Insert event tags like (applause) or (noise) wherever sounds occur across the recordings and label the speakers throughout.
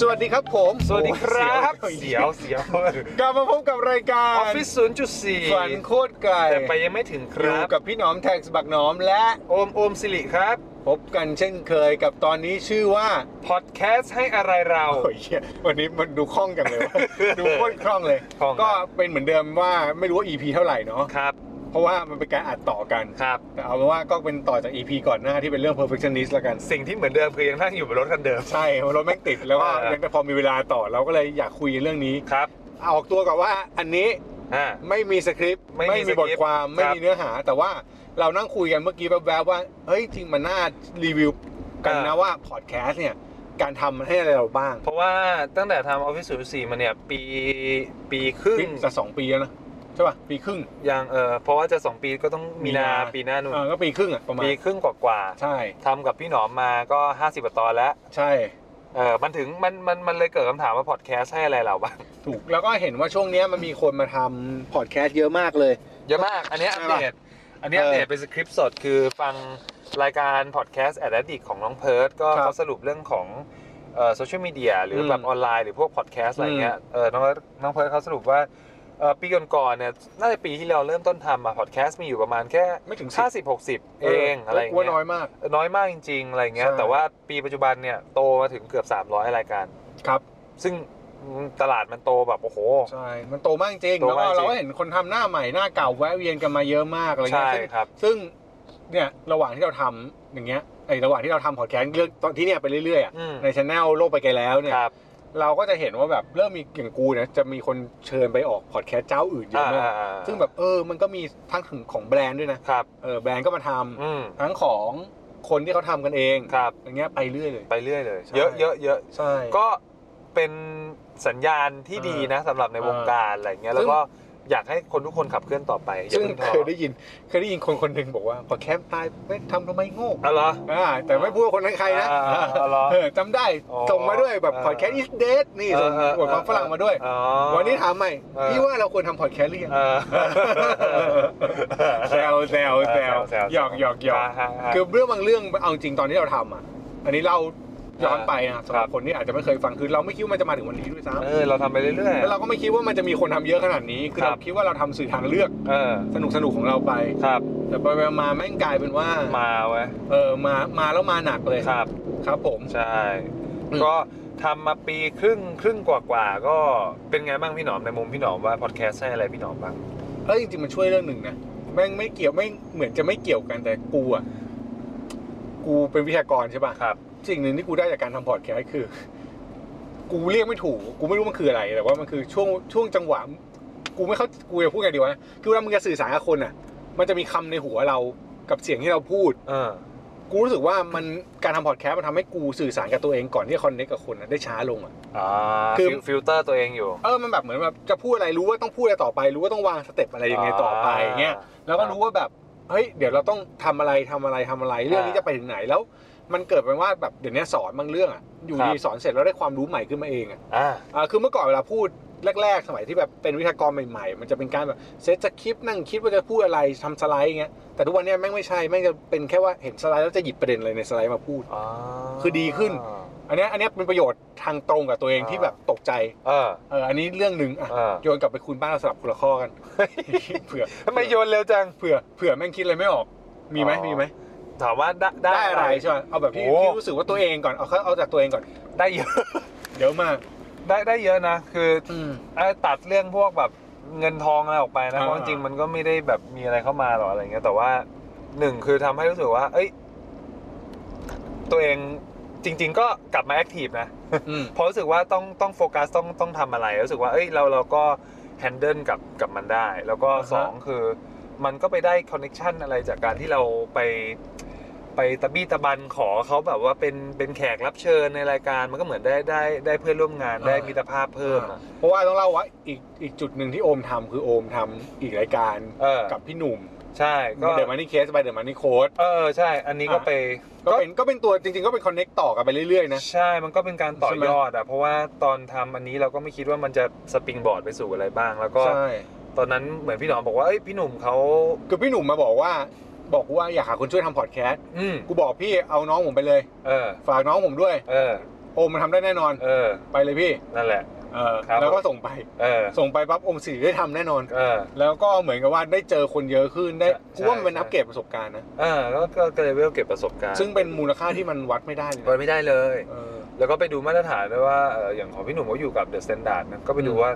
Speaker 1: สวัสดีครับผม
Speaker 2: สวัสดีครับเสียวเสียว
Speaker 1: กลับมาพบกับรายกา
Speaker 2: อ
Speaker 1: ร
Speaker 2: อฟฟิศ0.4
Speaker 1: ฝันโคตรไกล
Speaker 2: แต่ไปยังไม่ถึงค
Speaker 1: อยู่
Speaker 2: รับ
Speaker 1: กับพี่หนอมแท็กสบักหนอมและ
Speaker 2: โอมโอมสิริครับ
Speaker 1: พบกันเช่นเคยกับตอนนี้ชื่อว่า
Speaker 2: พอดแคสต์ให้อะไรเรา
Speaker 1: โอ้ยเหี้ยวันนี้มันดูคล่องจังเล
Speaker 2: (laughs)
Speaker 1: ยวะ ดูโคตรคล่องเลย
Speaker 2: คล่องครับ
Speaker 1: ก็เป็นเหมือนเดิมว่าไม่รู้ว่า EP เท่าไหร่เนาะ
Speaker 2: ครับ
Speaker 1: เพราะว่ามันเป็นการอัดต่อกัน
Speaker 2: ครับ
Speaker 1: แต่เอาเป็นว่าก็เป็นต่อจาก EP ก่อนหน้าที่เป็นเรื่อง perfectionist ละกัน
Speaker 2: สิ่งที่เหมือนเดิมคือยังนั่งอยู่บนรถคันเดิม
Speaker 1: ใช่รถแม่งติดแล้วก็
Speaker 2: เออ
Speaker 1: ยังแต่พอมีเวลาต่อเราก็เลยอยากคุยเรื่องนี้
Speaker 2: ครับ
Speaker 1: เอาออกตัวกับว่าอันนี้
Speaker 2: อ่า
Speaker 1: ไม่มีสคริปต์
Speaker 2: ไม่มี
Speaker 1: ไม่มีบทความ
Speaker 2: สคริปต์
Speaker 1: ไม่
Speaker 2: ครั
Speaker 1: มี
Speaker 2: บ
Speaker 1: เนื้อหา แต่ว่าเรานั่งคุยกันเมื่อกี้แวบๆว่าเฮ้ยจริงมันน่ารีวิวกัน
Speaker 2: เออ
Speaker 1: นะว่าพอดแคสต์เนี่ย การทำมันให้อะไรเราบ้าง
Speaker 2: เพราะว่าตั้งแต่ทำออฟฟิศ0.4มาเนี่ยปีปีครึ่ง
Speaker 1: นี่จะสองปีแล้วนะใช่ป่ะปีครึ่ง
Speaker 2: ยังเออเพราะว่าจะสองปีก็ต้อง
Speaker 1: มี
Speaker 2: มี
Speaker 1: น
Speaker 2: นา
Speaker 1: า
Speaker 2: ปีหน้านู่น
Speaker 1: เออก็ปีครึ่งอ่ะประมาณ
Speaker 2: ปีครึ่งกว่า
Speaker 1: ใช่
Speaker 2: ๆทำกับพี่หนอมมาก็ 50กว่าตอนแล้ว
Speaker 1: ใช่
Speaker 2: เออมันถึงมันมันมันเลยเกิดคำถามว่าพอดแคสต์ให้อะไรเราบ้าง
Speaker 1: ถูกแล้วก็เห็นว่าช่วงเนี้ยมันมีคนมาทำพอดแคสต์เยอะมากเลย
Speaker 2: เยอะมากอันเนี้ยอัปเดต อันนี้
Speaker 1: เอ
Speaker 2: อั
Speaker 1: อ
Speaker 2: ปเดตเป็นสคริปต์สดคือฟังรายการพอดแคสต์แอดดิกของน้องเพิร์ดก็
Speaker 1: ครับ
Speaker 2: เขาสรุปเรื่องของโซเชียลมีเดียหรืออ
Speaker 1: ม
Speaker 2: แบบออนไลน์หรือพวกพอดแคสต์อะไรเงี้ยเออน้องน้องเพิร์ดเขาสรุปว่าเอ่อปีก่อนๆเนี่ยน่าจะปีที่เราเริ่มต้นทำอะพอดแคสต์มีอยู่ประมาณแค่
Speaker 1: ไม่ถึงสิบ
Speaker 2: ห้าสิบหกสิบเองอะไรเงี้
Speaker 1: ว่าน้อย ยมาก
Speaker 2: น้อยมากจริง ๆ อะไรเงี้ย
Speaker 1: ใช่
Speaker 2: แต่ว่าปีปัจจุบันเนี่ยโตมาถึงเกือบ 300 รายการ
Speaker 1: ครับ
Speaker 2: ซึ่งตลาดมันโตแบบโอ้โห
Speaker 1: ใช่มันโตมากจริง
Speaker 2: โต
Speaker 1: แล้ว
Speaker 2: มา
Speaker 1: ก็
Speaker 2: กจริง
Speaker 1: เราก็เห็นคนทำหน้าใหม่หน้าเก่าแวะเวียนกันมาเยอะมากอะไรเงี้ย
Speaker 2: ใช่
Speaker 1: ซึ่ง
Speaker 2: ครับ
Speaker 1: ซึ่งเนี่ยระหว่างที่เราทำอย่างเงี้ยไอ้ระหว่างที่เราทำพอดแคสต์เรื่องตอนที่เนี่ยไปเรื่อยๆอะ
Speaker 2: อืม
Speaker 1: ในช anel โลกไปไกลแล้วเนี่ย
Speaker 2: ครับ
Speaker 1: เราก็จะเห็นว่าแบบเริ่มมีอย่างกูเนี่ยจะมีคนเชิญไปออกพอดแคสต์เจ้าอื่นเยอะมาก
Speaker 2: อ่าๆๆ
Speaker 1: ซึ่งแบบเออมันก็มีทั้งถึงของแบรนด์ด้วยนะครับ เออแบรนด์ก็มาทำ
Speaker 2: อืม
Speaker 1: ทั้งของคนที่เขาทำกันเอง
Speaker 2: ครับ
Speaker 1: อย่างเงี้ยไปเรื่อยเลย
Speaker 2: ไปเรื่อยเลย
Speaker 1: ใช่
Speaker 2: เยอะเยอะเยอะ
Speaker 1: ใช่
Speaker 2: ก็เป็นสัญญาณที่ดีนะสำหรับในวงการอะไรเงี้ย
Speaker 1: ซึ่ง
Speaker 2: แล้วก็อยากให้คนทุกคนขับเคลื่อนต่อไปอย่า
Speaker 1: ซึ่ง
Speaker 2: เพิ่งท้อ
Speaker 1: เคยได้ยินเคยได้ยินคนคนหนึ่งบอกว่าพอดแคสต์ตายไม่ทำทำไมโง่
Speaker 2: อ๋อเหรอ
Speaker 1: อ่าแต่ไม่พูดว่าคนนั้นใครนะ
Speaker 2: อ่าอ่าอ่าเหรอ
Speaker 1: เออจำได้
Speaker 2: อ๋อ
Speaker 1: ส่งมาด้วยแบบ
Speaker 2: อ่า
Speaker 1: พอดแคสต์อิสเดทนี่
Speaker 2: เอ
Speaker 1: ส่
Speaker 2: อง เออบ
Speaker 1: ทความฝรั่งมาด้วย
Speaker 2: อ๋อ
Speaker 1: วันนี้ถามใหม่
Speaker 2: เออ
Speaker 1: พี่ว่าเราควรทำพอดแคสต์หรือยัง
Speaker 2: เออ
Speaker 1: แซวแซวแซว
Speaker 2: แซวแซว
Speaker 1: หยอกหยอกหยอก
Speaker 2: ฮะฮะ
Speaker 1: คือเรื่องบางเรื่องเอาจริงตอนที่เราทำอ่ะ อันนี้เราย้อนไปนะสำหรับ
Speaker 2: ครับ
Speaker 1: คนที่อาจจะไม่เคยฟังคือเราไม่คิดว่ามันจะมาถึงวันนี้ด้วยซ้
Speaker 2: เออเราทำไปเรื่อย
Speaker 1: ำแล้วเราก็ไม่คิดว่ามันจะมีคนทำเยอะขนาดนี้ คือ
Speaker 2: ครับ
Speaker 1: เราคิดว่าเราทำสื่อทางเลือก
Speaker 2: ๆเออ
Speaker 1: สนุกสนุกของเราไป
Speaker 2: ครับ
Speaker 1: แต่ไปไปมาแม่งกลายเป็นว่า
Speaker 2: มาเว้ย
Speaker 1: เออมามาแล้วมาหนักเลย
Speaker 2: ครับ
Speaker 1: ครับผม
Speaker 2: ใช่
Speaker 1: อืม
Speaker 2: ก็ทำมาปีครึ่งครึ่งกว่าๆก็เป็นไงบ้างพี่หนอมในมุมพี่หนอมว่าพอดแคสต์ให้อะไรพี่หนอมบ้าง
Speaker 1: เออจริงๆมันช่วยเรื่องหนึ่งนะแม่งไม่เกี่ยวไม่งเหมือนจะไม่เกี่ยวกันแต่กูอ่ะกูเป็นวิทยากรใช่ป่ะ
Speaker 2: ครับ
Speaker 1: สิ่งหนึ่งที่กูได้จากการทำพอดแคสต์คือ กูเรียกไม่ถูก กูไม่รู้มันคืออะไร แต่ว่ามันคือช่วงช่วงจังหวะ กูไม่เข้ากูจะพูดไงดีวะคือเวลามึงจะสื่อสารกับคนอ่ะ มันจะมีคำในหัวเรากับเสียงที่เราพูด
Speaker 2: เออ
Speaker 1: กูรู้สึกว่ามันการทำพอดแคสต์มันทำให้กูสื่อสารกับตัวเองก่อนที่จะคอนเนคกับคนอะได้ช้าลงอ่ะ
Speaker 2: อ่า
Speaker 1: คือ
Speaker 2: ฟิลฟิลเตอร์ตัวเองอยู่
Speaker 1: เออมันแบบเหมือนแบบจะพูดอะไรรู้ว่าต้องพูดอะไรต่อไป รู้ว่าต้องวางสเต็ปอะไรยังไงต่อไปเงี้ย แล้วก็รู้ว่าแบบเฮ้ยเดี๋ยวเราต้องทำอะไรทำอะไรทำอะไรเรื่องนี้
Speaker 2: อ่า
Speaker 1: จะไปถึงไหนแล้ว มันเกิดเป็นว่าแบบเดี๋ยวนี้สอนบางเรื่องอ่ะอยู่
Speaker 2: ครับ
Speaker 1: ดีสอนเสร็จแล้วได้ความรู้ใหม่ขึ้นมาเองอ่ะ
Speaker 2: อ่า
Speaker 1: อ่าคือเมื่อก่อนเวลาพูดแรก ๆ สมัยที่แบบเป็นวิทยากรใหม่ๆ มันจะเป็นการแบบเซตสคริปต์นั่งคิดว่าจะพูดอะไรทำสไลด์อย่างเงี้ยแต่ทุกวันเนี้ยแม่งไม่ใช่แม่งจะเป็นแค่ว่าเห็นสไลด์แล้วจะหยิบประเด็นอะไรในสไลด์มาพูด
Speaker 2: อ่า
Speaker 1: คือดีขึ้น อันเนี้ยอันเนี้ยเป็นประโยชน์ทางตรงกับตัวเองที่แบบตกใจ
Speaker 2: เออ
Speaker 1: เอออันนี้เรื่องหนึ่งอ่ะ
Speaker 2: เออ
Speaker 1: โยนกลับไปคุณบ้านเราสลับคนละข้อกัน (laughs) เผื่อ
Speaker 2: ทำไมโยนเร็วจัง
Speaker 1: เผื่อเผื่อแม่งคิดอะไรไม่ออกมีไหม
Speaker 2: อ๋อ
Speaker 1: มีไหม
Speaker 2: ถามว่าได้
Speaker 1: ได้
Speaker 2: ได้
Speaker 1: อะ
Speaker 2: อะไร ไร
Speaker 1: ใช่ไหมเอาแบบที่
Speaker 2: โอ้
Speaker 1: ที่รู้สึกว่าตัวเองก่อน เอาเข้าเอาจากตัวเองก่อน
Speaker 2: ได้เยอะ
Speaker 1: เดี๋ยวมาก
Speaker 2: ได้ได้เยอะนะ คือ
Speaker 1: อืม
Speaker 2: เอ่อตัดเรื่องพวกแบบเงินทองอะไรออกไปนะ
Speaker 1: อ่า
Speaker 2: เพราะจริงๆมันก็ไม่ได้แบบมีอะไรเข้ามาหรอกอะไรเงี้ย แต่ว่าหนึ่งคือทำให้รู้สึกว่า เอ้ย ตัวเองจริง ๆ ก็กลับมาแอคทีฟนะ
Speaker 1: อืม
Speaker 2: เพราะรู้สึกว่าต้องต้องโฟกัสต้องต้องทำอะไรรู้สึกว่าเอ้ยเราเราก็แฮนเดิลกับกับมันได้ แล้วก็
Speaker 1: อ่าฮะ
Speaker 2: สองคือ มันก็ไปได้คอนเน็ชันอะไรจากการที่เราไป ไปตะบี้ตะบันขอเขาแบบว่าเป็นเป็นแขกรับเชิญในรายการมันก็เหมือนได้ได้ได้เพื่อนร่วมงานได้มิตรภาพเพิ่มอะ
Speaker 1: เพราะว่าต้องเล่าว่าอีกอีกจุดหนึ่งที่โอมทำคือโอมทำอีกรายการ
Speaker 2: เออ
Speaker 1: กับพี่หนุ่ม
Speaker 2: ใช่ก็
Speaker 1: เดอะมันนี่เคสไปเดอะมันนี่โค้ด
Speaker 2: เออใช่ อันนี้ก็
Speaker 1: อ่ะ
Speaker 2: ไป
Speaker 1: ก็เป็นก็เป็นตัวจริง ๆ ก็เป็นคอนเน็กต่อกันไปเรื่อยๆนะ
Speaker 2: ใช่มันก็เป็นการต่อ
Speaker 1: ใช่ไหม
Speaker 2: ยอดอ่ะเพราะว่าตอนทำอันนี้เราก็ไม่คิดว่ามันจะสปริงบอร์ดไปสู่อะไรบ้าง แล้วก็
Speaker 1: ใช่
Speaker 2: ตอนนั้นเหมือนพี่หนอมบอกว่าเอ้ยพี่หนุ่มเขา
Speaker 1: คือพี่หนุ่มมาบอกว่า บอกกูว่าอยากหาคนช่วยทำพอดแคสต์
Speaker 2: อืม
Speaker 1: กูบอกพี่เอาน้องผมไปเลย
Speaker 2: เออ
Speaker 1: ฝากน้องผมด้วย
Speaker 2: เออ
Speaker 1: โอมมันทำได้แน่นอน
Speaker 2: เออ
Speaker 1: ไปเลยพี่
Speaker 2: นั่นแหละ
Speaker 1: เออ
Speaker 2: ครับ
Speaker 1: แล้วก็ส่งไป
Speaker 2: เออ
Speaker 1: ส่งไปปั๊บโอมสิริได้ทำแน่นอน
Speaker 2: เออ
Speaker 1: แล้วก็เหมือนกับว่าได้เจอคนเยอะขึ้นได้
Speaker 2: ใช่
Speaker 1: กูว่ามันเป็น
Speaker 2: ใช่
Speaker 1: อัปเกรดประสบการณ์นะ
Speaker 2: เออแล้วก็ก็เลยเวลเก็บประสบการณ์
Speaker 1: ซึ่งเป็นมูลค่าที่มันวัดไม่ได้เลย
Speaker 2: วั
Speaker 1: นะ
Speaker 2: นไม่ได้เลย
Speaker 1: เออ
Speaker 2: แล้วก็ไปดูมาตรฐานด้วยว่าเอ่ออย่างของพี่หนุ่มเขาอยู่กับเดอะสแตนดาร์ดนะ ก็ไปดูว่า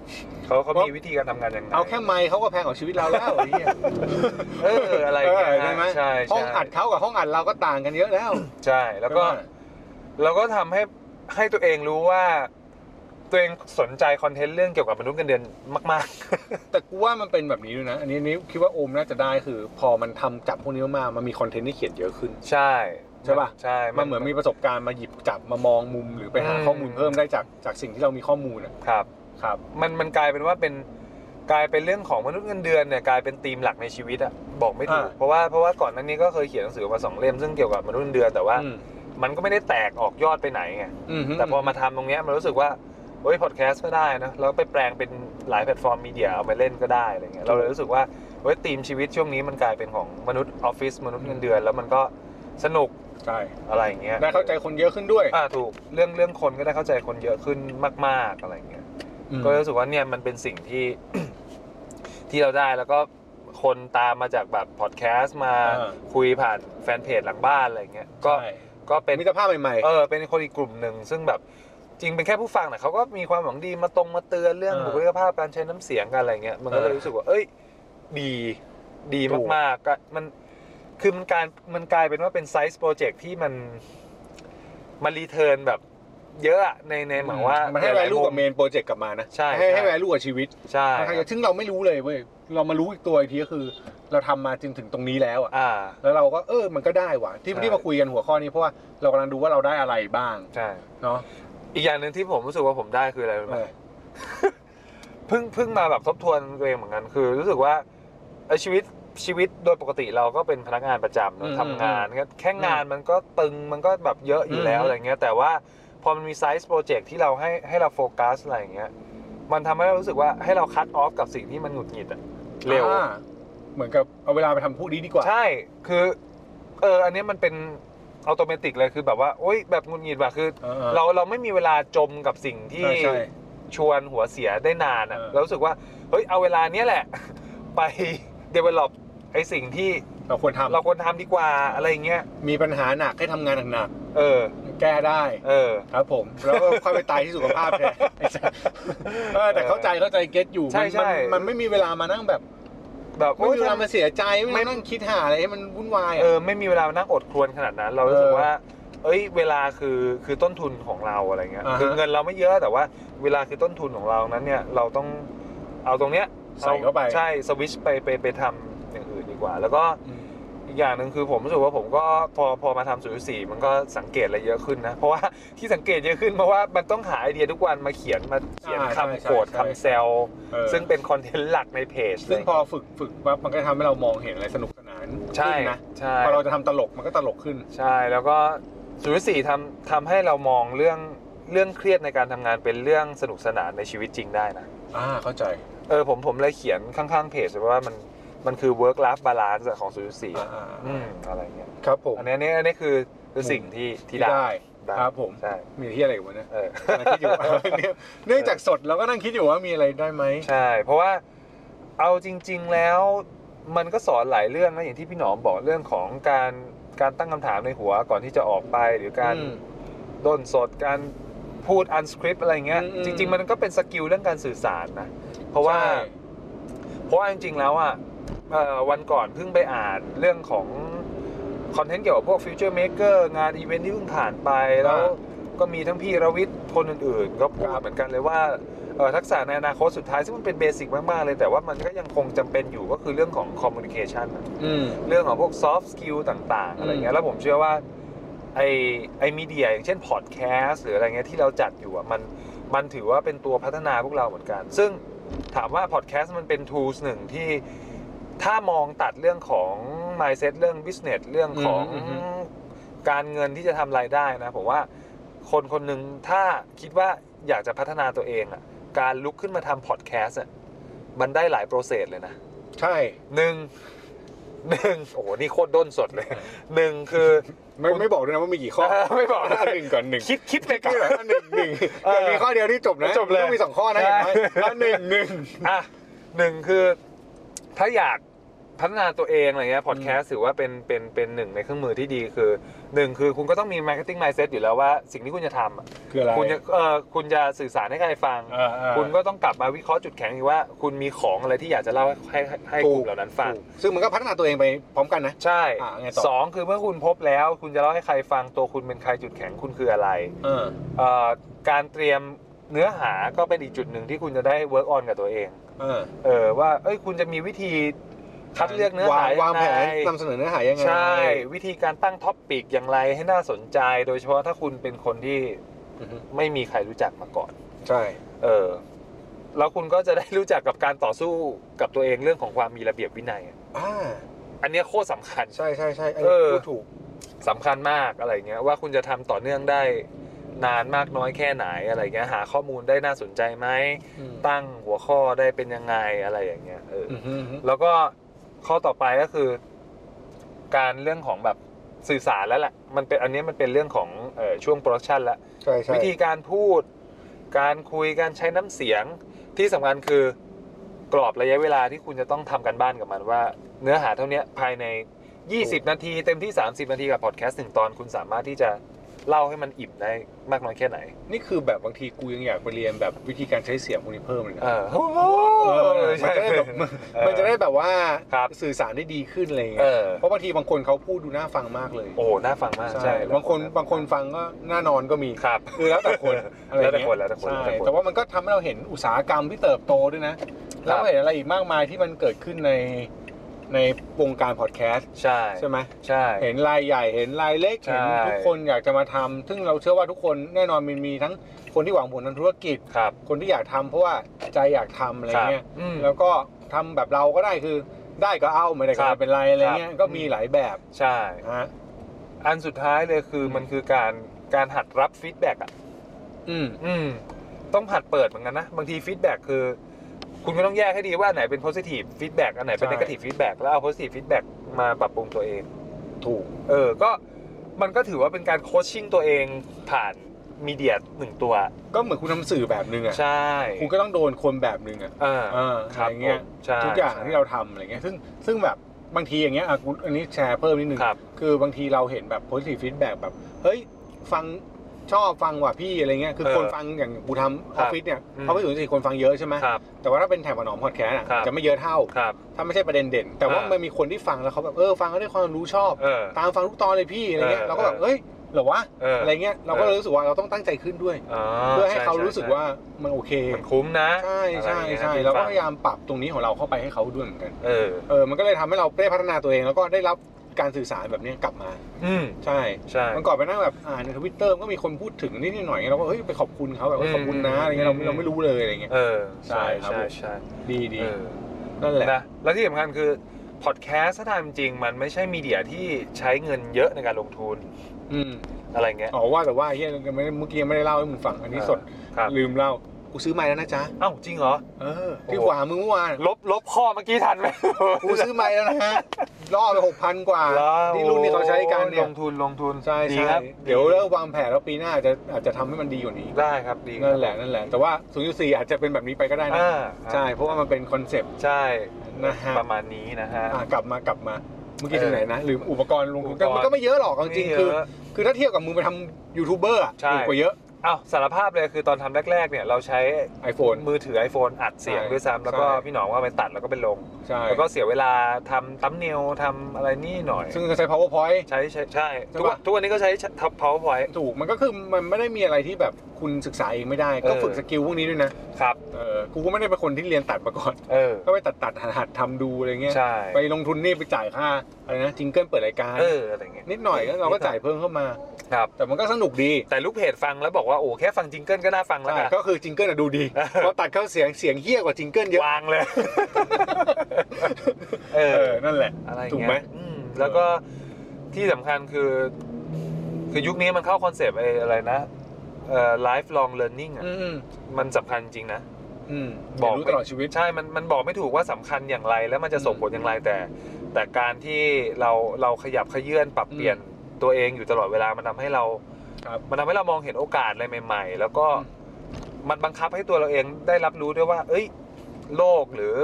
Speaker 2: เขาเขา
Speaker 1: เพราะ
Speaker 2: มีวิธีการทำงานยังไง
Speaker 1: เอาแค่ไมค์เขาก็แพงกว่าชีวิตเราแล้วไอ้เหี้ย
Speaker 2: เออ อะไรอย่างเงี้ย
Speaker 1: เใช่ไหม
Speaker 2: ใช่
Speaker 1: ห้อง
Speaker 2: ใช่
Speaker 1: อัดเขากับห้องอัดเราก็ต่างกันเยอะแล้ว
Speaker 2: ใช่ แล้วก็ เราก็ทำให้ให้ตัวเองรู้ว่า ตัวเองสนใจคอนเทนต์เรื่องเกี่ยวกับมนุษย์เงินเดือนมาก
Speaker 1: แต่กูว่ามันเป็นแบบนี้ด้วยนะ อันนี้อันนี้คิดว่าโอมน่าจะได้คือ พอมันทำจับพวกนี้มา มันมีคอนเทนต์ที่เขียนเยอะขึ้น
Speaker 2: ๆ ใช่
Speaker 1: ใช่ปะ
Speaker 2: ใช่
Speaker 1: มันเหมือนมีประสบการณ์มาหยิบจับมามองมุมหรือไปหาข้อมูลเพิ่มได้จากจากสิ่งที่เรามีข้อมูลอะ
Speaker 2: ครับ
Speaker 1: ครับ
Speaker 2: มันมันกลายเป็นว่าเป็นกลายเป็นเรื่องของมนุษย์เงินเดือนเนี่ยกลายเป็นธีมหลักในชีวิตอะบอกไม่ถูกเพราะว่าเพราะว่าก่อนหนั้นนี้ก็เคยเขียนหนังสือมาสองเล่มซึ่งเกี่ยวกับมนุษย์เงินเดือนแต่ว่า
Speaker 1: อืม
Speaker 2: มันก็ไม่ได้แตกออกยอดไปไหนไง
Speaker 1: ฮึ
Speaker 2: แต่พอมาทำตรงเนี้ยมันรู้สึกว่าเฮ้ยพอดแคสต์ก็ได้นะแล้วไปแปลงเป็นหลายแพลตฟอร์มมีเดียเอาไปเล่นก็ได้อะไรเงี้ยเราเลยรู้สึกว่าเฮ้ยธีมชีวิตช่วงนี้มันกลายเป็นของมนุษย์ออฟฟิศมนุษย์เงินเดือน แล้วมันก็สนุก
Speaker 1: ใช่
Speaker 2: อะไรอย่างเงี้ย
Speaker 1: ได้เข้าใจคนเยอะขึ้นด้วย
Speaker 2: อ่าถูกเรื่องเรื่องคนก็ได้เข้าใจคนเยอะขึ้นมาก ๆอะไรเงี้ย
Speaker 1: อืม
Speaker 2: ก็รู้สึกว่าเนี่ยมันเป็นสิ่งที่ (coughs) ที่เราได้แล้วก็คนตามมาจากแบบพอดแคสต์มา
Speaker 1: เออ
Speaker 2: คุยผ่านแฟนเพจหลังบ้านอะไรอย่างเงี้ยก็
Speaker 1: ใช่
Speaker 2: ก็เป็น
Speaker 1: มิตรภาพใหม่
Speaker 2: เออเป็นคนอีกกลุ่มหนึ่งซึ่งแบบจริงเป็นแค่ผู้ฟังนะเขาก็มีความหวังดีมาตรงมาเตือนเรื่องบุคลิกภาพการใช้น้ำเสียงกันอะไรเงี้ยมันก็เลยรู้สึกว่า เอ้ย ดีดีมากๆก็มันคือมันการมันกลายเป็นว่าเป็นไซส์โปรเจกต์ที่มันมันรีเทิร์นแบบเยอะอะในใน
Speaker 1: ๆ
Speaker 2: หมายว่า
Speaker 1: นให้แวลูกับเมนโปรเจกต์กลับมานะ
Speaker 2: ใช่
Speaker 1: ให้
Speaker 2: ใช่
Speaker 1: ให้แวลูกับชีวิต
Speaker 2: ใช่
Speaker 1: ใช่ซึ่งเราไม่รู้เลยเว้ย เรามารู้อีกตัวอีกทีก็คือ เราทำมาจนถึงตรงนี้แล้วอะ
Speaker 2: อ่า
Speaker 1: แล้วเราก็เออ มันก็ได้ว่ะ ที่
Speaker 2: ใช่
Speaker 1: ที่มาคุยกันหัวข้อนี้เพราะว่าเรากำลังดูว่าเราได้อะไรบ้าง
Speaker 2: ใช่
Speaker 1: เนาะ
Speaker 2: อีกอย่างหนึ่งที่ผมรู้สึกว่าผมได้คืออะไรรู้ไห
Speaker 1: เอ
Speaker 2: ม
Speaker 1: อ
Speaker 2: เพิ่งเพิ่งมาแบบทบทวนตัวเองเหมือนกันคือ รู้สึกว่าเอ่อชีวิตชีวิตโดยปกติเราก็เป็นพนักงานประจำเนอะทำงานก็แค่งานมันก็ตึงมันก็แบบเยอะอยู่แล้วอะไรเงี้ยแต่ว่าพอมันมีไซส์โปรเจกต์ที่เราให้ให้เราโฟกัสอะไรอย่างเงี้ยมันทำให้เรารู้สึกว่าให้เราคัดออฟกับสิ่งที่มันหงุดหงิดอะเร็ว
Speaker 1: อ่าเหมือนกับเอาเวลาไปทำพวกนี้ดีกว่า
Speaker 2: ใช่ คือ เออ อันเนี้ยมันเป็นอัตโนมัติเลย คือแบบว่า โอ๊ย แบบหงุนงิดว่ะ คือ
Speaker 1: เออเออ
Speaker 2: เรา เราไม่มีเวลาจมกับสิ่งที่
Speaker 1: ใช่ใช่
Speaker 2: ชวนหัวเสียได้นานอ่ะ
Speaker 1: เออ
Speaker 2: เรารู้สึกว่า เฮ้ย เอาเวลาเนี้ยแหละ (laughs) ไป develop ไอ้สิ่งที่
Speaker 1: เราควรทำ
Speaker 2: เราควรทำดีกว่า อะไรอย่างเงี้ย
Speaker 1: มีปัญหาหนักให้ทำงานหนัก
Speaker 2: เออ
Speaker 1: ๆแก้ได้
Speaker 2: เออ
Speaker 1: ครับผม แล้วก็ค่อยไปตายที่สุขภาพแทน (laughs) ไอ้สัสเออแต่เข้าใจเข้าใจเก็ตอยู่
Speaker 2: ใช่
Speaker 1: มัน
Speaker 2: ใช่
Speaker 1: มันมันไม่มีเวลามานั่งแบบ
Speaker 2: แบบ
Speaker 1: ไม่
Speaker 2: โอ๊ย
Speaker 1: มีเวลา
Speaker 2: ทำ
Speaker 1: มาเสียใจไม่นั่งคิดหาอะไรให้มันวุ่นวาย
Speaker 2: เอ
Speaker 1: อะ
Speaker 2: อไม่มีเวลามานั่งอดครวนขนาดนั้น เรารู้สึก
Speaker 1: เออ
Speaker 2: ว่า เอ้ย เวลาคือคือต้นทุนของเราอะไรเงี้ย
Speaker 1: อ่าฮะ
Speaker 2: คือเงินเราไม่เยอะแต่ว่าเวลาคือต้นทุนของเรานั้นเนี่ยเราต้องเอาตรงเนี้ย
Speaker 1: ใส่เข้าไป
Speaker 2: ใช่สวิชไปไปไปทำอย่างอื่นดีกว่า แล้วก็
Speaker 1: ม
Speaker 2: อีกอย่างหนึ่งคือผมรู้สึกว่าผมก็พอพอมาทำสูตรสี่มันก็สังเกตอะไรเยอะขึ้นนะ เพราะว่า ที่สังเกตเยอะขึ้นเพราะว่ามันต้องหาไอเดียทุกวันมาเขียนมาเขียน
Speaker 1: อ่าใช่
Speaker 2: คำโกรธ
Speaker 1: ใช่
Speaker 2: คำแซว
Speaker 1: เออ
Speaker 2: ซึ่งเป็นคอนเทนต์หลักในเพจ
Speaker 1: ซึ่งพอฝึกฝึกปั๊บมันก็ทำให้เรามองเห็นอะไรสนุกสนาน
Speaker 2: ใช่
Speaker 1: ขึ้นนะ
Speaker 2: ใช่
Speaker 1: พอเราจะทำตลกมันก็ตลกขึ้น
Speaker 2: ใช่แล้วก็ศูนย์สี่ทำทำให้เรามองเรื่องเรื่องเครียดในการทำงานเป็นเรื่องสนุกสนานในชีวิตจริงได้นะ
Speaker 1: อ่า เข้าใจ
Speaker 2: เออผมผมเลยเขียนข้างๆเพจไว้ว่ามันมันคือ work life balance อะของศูนย์สี่
Speaker 1: อ่า
Speaker 2: อืมอะไรเงี้ย
Speaker 1: ครับผม
Speaker 2: อันนี้อันนี้อันนี้คือคือสิ่งที่ที่ได้ได้
Speaker 1: ครับผม
Speaker 2: ใช่
Speaker 1: มีที่อะไรอีกวะเนี่ย
Speaker 2: เออ (laughs)
Speaker 1: กำลังคิดอยู่ เนี่ยเนื่องจากสดเราก็นั่งคิดอยู่ว่ามีอะไรได้ไหม
Speaker 2: ใช่ เพราะว่าเอาจริง ๆแล้วมันก็สอนหลายเรื่องนะอย่างที่พี่หนอมบอกเรื่องของการการตั้งคำถามในหัวก่อนที่จะออกไปหรือการ ด้นสดการพูดอันสคริปอะไรเงี้ย
Speaker 1: อืมอืม
Speaker 2: จริง ๆ มันก็เป็นสกิลเรื่องการสื่อสารนะเพราะว่า
Speaker 1: ใช่
Speaker 2: เพราะว่าจริง ๆ แล้วอ่ะเอ่อวันก่อนเพิ่งไปอ่านเรื่องของคอนเทนต์เกี่ยวกับพวกฟิวเจอร์เมกเกอร์งานอีเวนท์ที่เพิ่งผ่านไปแล้ว ก็มีทั้งพี่รวิทย์คนอื่นๆ ก็พูด
Speaker 1: ครับ
Speaker 2: เหมือนกันเลยว่าเอ่อทักษะในอนาคตสุดท้ายซึ่งมันเป็นเบสิกมาก ๆ เลยแต่ว่ามันก็ยังคงจำเป็นอยู่ก็คือเรื่องของคอมมูนิเคชัน
Speaker 1: อืม
Speaker 2: เรื่องของพวกซอฟต์สกิลต่าง ๆ อะไรเงี้ยแล้วผมเชื่อว่าไอไอมีเดียอย่างเช่นพอดแคสต์หรืออะไรเงี้ยที่เราจัดอยู่อะมันมันถือว่าเป็นตัวพัฒนาพวกเราเหมือนกัน ซึ่งถามว่าพอดแคสต์มันเป็น tools หนึ่งที่ถ้ามองตัดเรื่องของ mindset เรื่อง business เรื่องของ
Speaker 1: อืมอืม
Speaker 2: การเงินที่จะทำรายได้นะผมว่าคนคนหนึ่งถ้าคิดว่าอยากจะพัฒนาตัวเองอ่ะการลุกขึ้นมาทำพอดแคสต์อ่ะมันได้หลายโปรเซสเลยนะ
Speaker 1: ใช่
Speaker 2: หนึ่งหนึ่งโอ้โหนี่โคตรด้นสดเลยหนึ่งคือ
Speaker 1: ไม่ไม่บอกด้วยนะว่ามีกี่ข้อ
Speaker 2: เออไม่บอก
Speaker 1: หนึ่งก่อนหนึ่ง
Speaker 2: คิดคิดไปก่อ
Speaker 1: (laughs) นี่
Speaker 2: น
Speaker 1: เหรอหนึ่งหนึ่ง
Speaker 2: เออ
Speaker 1: เดี๋ยวมีข้อเดียวที่จบนะ
Speaker 2: จบเลย
Speaker 1: ต้องมีสองข้อนะ
Speaker 2: ใช่
Speaker 1: อย่างน้อยอ่ะหนึ่งหนึ่ง
Speaker 2: อ่ะหนึ่งคือถ้าอยากพัฒนาตัวเองอะไรเงี้ยพอดแคสต์ถือว่าเป็นเป็นเป็นหนึ่งในเครื่องมือที่ดีคือหนึ่งคือคุณก็ต้องมี marketing mindset อยู่แล้วว่าสิ่งที่คุณจะทำอะ
Speaker 1: คืออะไร
Speaker 2: คุณจะเออคุณจะสื่อสารให้ใครฟัง
Speaker 1: เออเออ
Speaker 2: คุณก็ต้องกลับมาวิเคราะห์จุดแข็งอีกว่า คุณมีของอะไรที่อยากจะเล่าให้ให้ให้กลุ่มเหล่านั้นฟัง
Speaker 1: ถูกซึ่งมันก็พัฒนาตัวเองไปพร้อมกันนะ
Speaker 2: ใช่
Speaker 1: อ่ะไงต่อ
Speaker 2: สองคือเมื่อคุณพบแล้ว คุณจะเล่าให้ใครฟังตัวคุณเป็นใครจุดแข็งคุณคืออะไร
Speaker 1: เออ
Speaker 2: เอ่อการเตรียมเนื้อหาก็เป็นอีกจุดหนึ่งที่คุณจะได้ work on กับตัวเอง
Speaker 1: เออ
Speaker 2: เออว่าเอ้ยคุณจะมีวิธีคัดเลือกเนื้อหาว
Speaker 1: างวางแผน
Speaker 2: ยังไง
Speaker 1: นำเสนอเนื้อหายังไง
Speaker 2: ใช่ วิธีการตั้งท็อปปิกอย่างไรให้น่าสนใจ โดยเฉพาะถ้าคุณเป็นคนที่
Speaker 1: อือฮึ
Speaker 2: ไม่มีใครรู้จักมาก่อน
Speaker 1: ใช่
Speaker 2: เออแล้วคุณก็จะได้รู้จักกับการต่อสู้กับตัวเองเรื่องของความมีระเบียบวินัย
Speaker 1: อ่า
Speaker 2: อันเนี้ยโคตรสำคัญ
Speaker 1: ใช่ใช่ใช่อันน
Speaker 2: เอ
Speaker 1: ี้
Speaker 2: อ
Speaker 1: พูดถูก
Speaker 2: สำคัญมากอะไรเงี้ยว่าคุณจะทำต่อเนื่องได้นานมากน้อยแค่ไหนอะไรเงี้ยหาข้อมูลได้น่าสนใจไหมตั้งหัวข้อได้เป็นยังไงอะไรอย่างเงี้ยเอออ
Speaker 1: อือฮึอือฮึ
Speaker 2: แล้วก็ข้อต่อไปก็คือ การเรื่องของแบบสื่อสารแล้วแหละมันเป็นอันเนี้ยมันเป็นเรื่องของเอ่อช่วงโปรดักชันละ
Speaker 1: ใช่ใช่
Speaker 2: วิธีการพูด การคุยการใช้น้ำเสียงที่สำคัญคือกรอบระยะเวลาที่คุณจะต้องทำการบ้านกับมันว่า เนื้อหาเท่าเนี้ยภายใน 20 นาที เต็มที่ 30 นาทีกับพอดแคสต์หนึ่งตอนคุณสามารถที่จะเล่าให้มันอิ่มได้มากน้อยแค่ไหน
Speaker 1: นี่คือแบบบางทีกูยังอยากไปเรียนแบบวิธีการใช้เสียงพวกนี้เพิ่มเลยนะ
Speaker 2: เออ
Speaker 1: เออมัน
Speaker 2: ใช่
Speaker 1: จะได้แบบมันมันจะได้แบบว่า
Speaker 2: ครับ
Speaker 1: สื่อสารได้ดีขึ้นอะไรอย่าง
Speaker 2: เอ
Speaker 1: เงี้ย
Speaker 2: อ
Speaker 1: เพราะบางทีบางคนเขาพูดดูน่าฟังมากเลย
Speaker 2: โอ้น่าฟังมากใช่
Speaker 1: ใช่ บางคนบางคนฟังก็น่านอนก็มี
Speaker 2: ครับ
Speaker 1: คือแล้วแต่คนอะไร
Speaker 2: แล้วแต่
Speaker 1: เงี้ย
Speaker 2: คนแล้วแต่คน
Speaker 1: ใช่
Speaker 2: แล้วแต่คน
Speaker 1: แต่ว่ามันก็ทำให้เราเห็นอุตสาหกรรมที่เติบโตด้วยนะ แล้วก็เห็นอะไรอีกมากมายที่มันเกิดขึ้นในในวงการพอดแคสต์
Speaker 2: ใช่
Speaker 1: ใช่ไหม
Speaker 2: ใช่
Speaker 1: เห็นรายใหญ่เห็นรายเล็ก
Speaker 2: ใช่
Speaker 1: เห็นทุกคนอยากจะมาทำซึ่งเราเชื่อว่าทุกคนแน่นอนมันมีทั้งคนที่หวังผลทางธุรกิจ
Speaker 2: ครับ
Speaker 1: คนที่อยากทำเพราะว่าใจอยากทำอะไรเงี้ย
Speaker 2: ครับอืม
Speaker 1: แล้วก็ทำแบบเราก็ได้คือได้ก็เอาไม่ได้ก็
Speaker 2: ครั
Speaker 1: ไม่
Speaker 2: บ
Speaker 1: เป็นไรอะไรเงี้ย
Speaker 2: ครับ
Speaker 1: ก็มีหลายแบบ
Speaker 2: ใช่
Speaker 1: ฮะ
Speaker 2: อันสุดท้ายเลยคือมันคือการการหัดรับฟีดแบ็กอ่ะ
Speaker 1: อืม
Speaker 2: อืม ต้องหัดเปิดเหมือนกันนะ บางทีฟีดแบ็กคือ คุณก็ต้องแยกให้ดีว่าอันไหนเป็นโพสิทีฟฟีดแบ็กอันไหนเป็น
Speaker 1: ใช่
Speaker 2: น e g าทีฟฟีดแบ็กแล้วเอาโพสิทีฟฟีดแบ็กมาปรับปรุงตัวเอง
Speaker 1: ถูก
Speaker 2: เออ ก็มันก็ถือว่าเป็นการโคชชิ่งตัวเองผ่านมีเดียหนึ่งตัว
Speaker 1: ก็เหมือนคุณทำสื่อแบบนึงอ่ะ
Speaker 2: ใช่
Speaker 1: คุณก็ต้องโดนคนแบบนึงอ่ะ
Speaker 2: อ่า
Speaker 1: เออ
Speaker 2: ค
Speaker 1: อะ
Speaker 2: รับ
Speaker 1: ไรเงี้ย
Speaker 2: ผมใช่
Speaker 1: ทุกอย่าง
Speaker 2: ใช่
Speaker 1: ที่เราทำอะไรเงี้ยซึ่งซึ่งแบบบางทีอย่างเงี้ยอ่ะกูอันนี้แชร์เพิ่มนิดนึง
Speaker 2: ครับ
Speaker 1: อบางทีเราเห็นแบบ positive feedback แบบ เฮ้ย ฟังชอบฟังว่ะพี่อะไรเงี้ยคือ
Speaker 2: เออ
Speaker 1: คนฟังอย่างกูทำอ
Speaker 2: ครั
Speaker 1: อบ ฟฟิศเนี่ย
Speaker 2: อืม
Speaker 1: เขาไม่ถึงสี่คนฟังเยอะใช่ไหม
Speaker 2: ครับ
Speaker 1: แต่ว่าถ้าเป็นแถบหนอมพอดแคสต์อ่ะ
Speaker 2: ครับ
Speaker 1: จะไม่เยอะเท่า
Speaker 2: ครับ
Speaker 1: ถ้าไม่ใช่ประเด็นเด่น แต่ว่า
Speaker 2: อ่ามั
Speaker 1: มันมีคนที่ฟังแล้วเขาแบบเออฟังแล้วได้ความรู้ชอบ
Speaker 2: เออ
Speaker 1: ตามฟังทุกตอนเลยพี่อะไรเงี้ย
Speaker 2: เออ
Speaker 1: เราก็แบบ
Speaker 2: เออ
Speaker 1: เอ้ยเหรอวะ
Speaker 2: เออ
Speaker 1: อะไรเงี้ยเราก็รู้สึกว่าเราต้องตั้งใจขึ้นด้วย
Speaker 2: า
Speaker 1: เพื่อให้เขา
Speaker 2: ช่
Speaker 1: รู้สึกว่ามันโอเค
Speaker 2: มันคุ้มนะ
Speaker 1: ใช่ใช่
Speaker 2: อะไรอย่งเงี้ย
Speaker 1: ใช่
Speaker 2: ที่
Speaker 1: เราก็
Speaker 2: ฟัง
Speaker 1: พยายามปรับตรงนี้ของเราเข้าไปให้เขาด้วยเหมือนกัน
Speaker 2: เออ
Speaker 1: เออมันก็เลยทำให้เราได้พัฒนาตัวเองแล้วก็ได้รับการสื่อสารแบบนี้กลับมา
Speaker 2: อืม
Speaker 1: ใช่
Speaker 2: ใช่
Speaker 1: เมื่อก่อนไปนั่งแบบอ่านในทวิตเตอร์ก็มีคนพูดถึงนิดหน่อยๆเราก็เฮ้ยไปขอบคุณเขาแบบว่าขอบคุณนะอะไรเงี้ยเราเราไม่รู้เลยอะไรเงี้ย
Speaker 2: เออ ใช่
Speaker 1: ใช่ครับ
Speaker 2: ใช่ใช่
Speaker 1: ดีดี
Speaker 2: เออ
Speaker 1: นั่นแหละ
Speaker 2: นะแล้วที่สำคัญคือพอดแคสต์ถ้าทำจริงมันไม่ใช่มีเดียที่ใช้เงินเยอะในการลงทุน
Speaker 1: อืม
Speaker 2: อะไรเงี้ย
Speaker 1: อ๋อว่าแต่ว่าเฮียยังไม่เมื่อกี้ยังไม่ได้เล่าให้มึงฟังอันนี้สด
Speaker 2: ครับ
Speaker 1: ลืมเล่ากูซื้อไม้แล้วนะจ๊ะ
Speaker 2: เอ้าจริงเหรอ
Speaker 1: เออที่
Speaker 2: โอ้
Speaker 1: ขวามึงเมื่อวาน
Speaker 2: ลบลบข้อเมื่อกี้ทันไหม
Speaker 1: กูซื้อไม้แล้วนะฮะล่ (laughs) อไปหกพันกว่า
Speaker 2: แล้ว
Speaker 1: ที่รุ่นนี้เขาใช้กันเนี่
Speaker 2: ล
Speaker 1: ย
Speaker 2: งทุนลงทุน
Speaker 1: ใช่
Speaker 2: ดี
Speaker 1: ใช่
Speaker 2: ครับ
Speaker 1: เดี๋ยวเริ่มวางแผนแล้วปีหน้าอาจจะอาจจะทำให้มันดีกว่านี้
Speaker 2: ได้ครับดี
Speaker 1: นั่นแหละนั่นแหละ แต่ว่า0ูนอาจจะเป็นแบบนี้ไปก็ได้นะ
Speaker 2: อ่า
Speaker 1: ใช่ เพราะว่ามันเป็นคอนเซปต์
Speaker 2: ใช่
Speaker 1: นะฮะ
Speaker 2: ประมาณนี้นะฮะ
Speaker 1: อ่ะกลับมากลับมา เมื่อกี้
Speaker 2: เออ
Speaker 1: ถึงไหนนะลืมอุปกรณ์ลงทุน
Speaker 2: อุปกรณ์
Speaker 1: มันก็ไม่เยอะหรอกเอาจริงๆ
Speaker 2: ไม่
Speaker 1: คือ
Speaker 2: เยะ
Speaker 1: คือถ้าเทียบกับมึงไปทำยูทูบเบอร์อ่ะ
Speaker 2: ใช่
Speaker 1: ถูกกว่าเยอะ
Speaker 2: อ้าวสารภาพเลยคือตอนทำแรก ๆ เนี่ยเราใช้
Speaker 1: iPhone
Speaker 2: มือถือ iPhone อัดเสียง
Speaker 1: ใช่
Speaker 2: ด้วยซ้ำแล้วก็
Speaker 1: ใช่
Speaker 2: พี่หนอมว่าไปตัดแล้วก็ไปลง
Speaker 1: ใช่
Speaker 2: แล้วก็เสียเวลาทำตั้มเนียวทำอะไรนี่หน่อย
Speaker 1: ซึ่งก็ใช้ PowerPoint
Speaker 2: ใช้ใช้ใช่
Speaker 1: ใช่
Speaker 2: ทุก
Speaker 1: ปะ
Speaker 2: วันทุกวันนี้ก็ใช้ทับ PowerPoint
Speaker 1: ถูกมันก็คือมันไม่ได้มีอะไรที่แบบคุณศึกษาเองไม่ได้ ก็
Speaker 2: เออ
Speaker 1: ฝึกสกิลพวกนี้ด้วยนะครับ เออกูก็ไม่ได้เป็นคนที่เรียนตัดมาก่อน
Speaker 2: เออ
Speaker 1: ก็ไปตัดตัดหัดหัดทำดูอะไรเงี้ย
Speaker 2: ใช่
Speaker 1: ไปลงทุนนี่ไปจ่ายค่าอะไรนะจิงเกิลเปิดรายการ
Speaker 2: เอออะไรเงี้ย
Speaker 1: นิดหน่อยแล้วเราก็จ่ายเพิ่มเข้ามา
Speaker 2: ครับ
Speaker 1: แต่มันก็สนุกดี
Speaker 2: แต่ลูกเพจฟังแล้วบอกว่าโอ้แค่ฟังจิงเกิลก็น่าฟังแล้ว
Speaker 1: ใช่
Speaker 2: นะ
Speaker 1: ก็คือจิงเกิลอะดูดีพอตัดเข้าเสียงเสียงเฮี้ยกว่าจิงเกิลเยอะ
Speaker 2: วางเลย เอ
Speaker 1: เอ
Speaker 2: อ
Speaker 1: อนั่นแหละ
Speaker 2: อะไร
Speaker 1: ถู
Speaker 2: เงี้
Speaker 1: ก
Speaker 2: ย
Speaker 1: ไหม
Speaker 2: อืมแล้วก็ที่สำคัญคือ คือยุคนี้มันเข้าคอนเซปต์ไอ้อะไรนะเอ่อ life long learning อ่ะ
Speaker 1: อืม
Speaker 2: มันสำคัญจริงนะ
Speaker 1: อืม
Speaker 2: บอก
Speaker 1: เรียนรู้ตลอดชีวิต
Speaker 2: ใช่ มันมันบอกไม่ถูกว่าสำคัญอย่างไรแล้วมันจะส่ง
Speaker 1: อืม
Speaker 2: ผลอย่างไรแต่ แต่การที่เราเราขยับขยื่นปรับเปลี่ยนตัวเองอยู่ตลอดเวลามันทำให้เรา
Speaker 1: ครับ
Speaker 2: มันทำให้เรามองเห็นโอกาสอะไรใหม่ ๆ แล้วก็
Speaker 1: อืม
Speaker 2: มันบังคับให้ตัวเราเองได้รับรู้ด้วยว่า เอ้ย โลกหรือ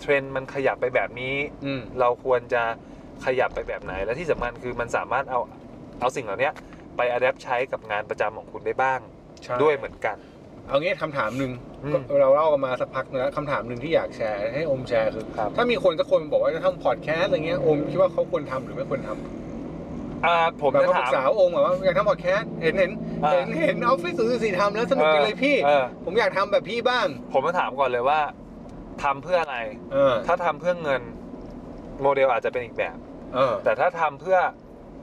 Speaker 2: เทรนด์มันขยับไปแบบนี้
Speaker 1: อืม
Speaker 2: เราควรจะขยับไปแบบไหน และที่สำคัญคือมันสามารถเอาเอาสิ่งเหล่าเนี้ยไปอัดแอปใช้กับงานประจำของคุณได้บ้าง
Speaker 1: ใช่
Speaker 2: ด้วยเหมือนกัน
Speaker 1: เอางี้คำถามหนึ่ง
Speaker 2: อืม
Speaker 1: ก็เราเล่ากันมาสักพักนึงแล้วคำถามหนึ่งที่อยากแชร์ให้อมแชร์คือ
Speaker 2: ครับ
Speaker 1: ถ้ามีคนสักคนบอกว่าจะทำพอดแคสต์อะไรเงี้ยอมคิดว่าเขาควรทำหรือไม่ควรทำ
Speaker 2: อ่าผม
Speaker 1: แบบ
Speaker 2: จะ
Speaker 1: ว่าปรึ
Speaker 2: ถาม
Speaker 1: กษาอมเหรอว่าอยากทำพอดแคสต์เห็นเห็น
Speaker 2: อ่า
Speaker 1: เห็นเห็นออฟฟิศศูนย์สี่ทำแล้วสนุกจังเลยพี่
Speaker 2: เออ
Speaker 1: ผมอยากทำแบบพี่บ้าง
Speaker 2: ผมมาถามก่อนเลยว่าทำเพื่ออะไร
Speaker 1: เออ
Speaker 2: ถ้าทำเพื่อเงินโมเดลอาจจะเป็นอีกแบบ
Speaker 1: เออ
Speaker 2: แต่ถ้าทำเพื่อ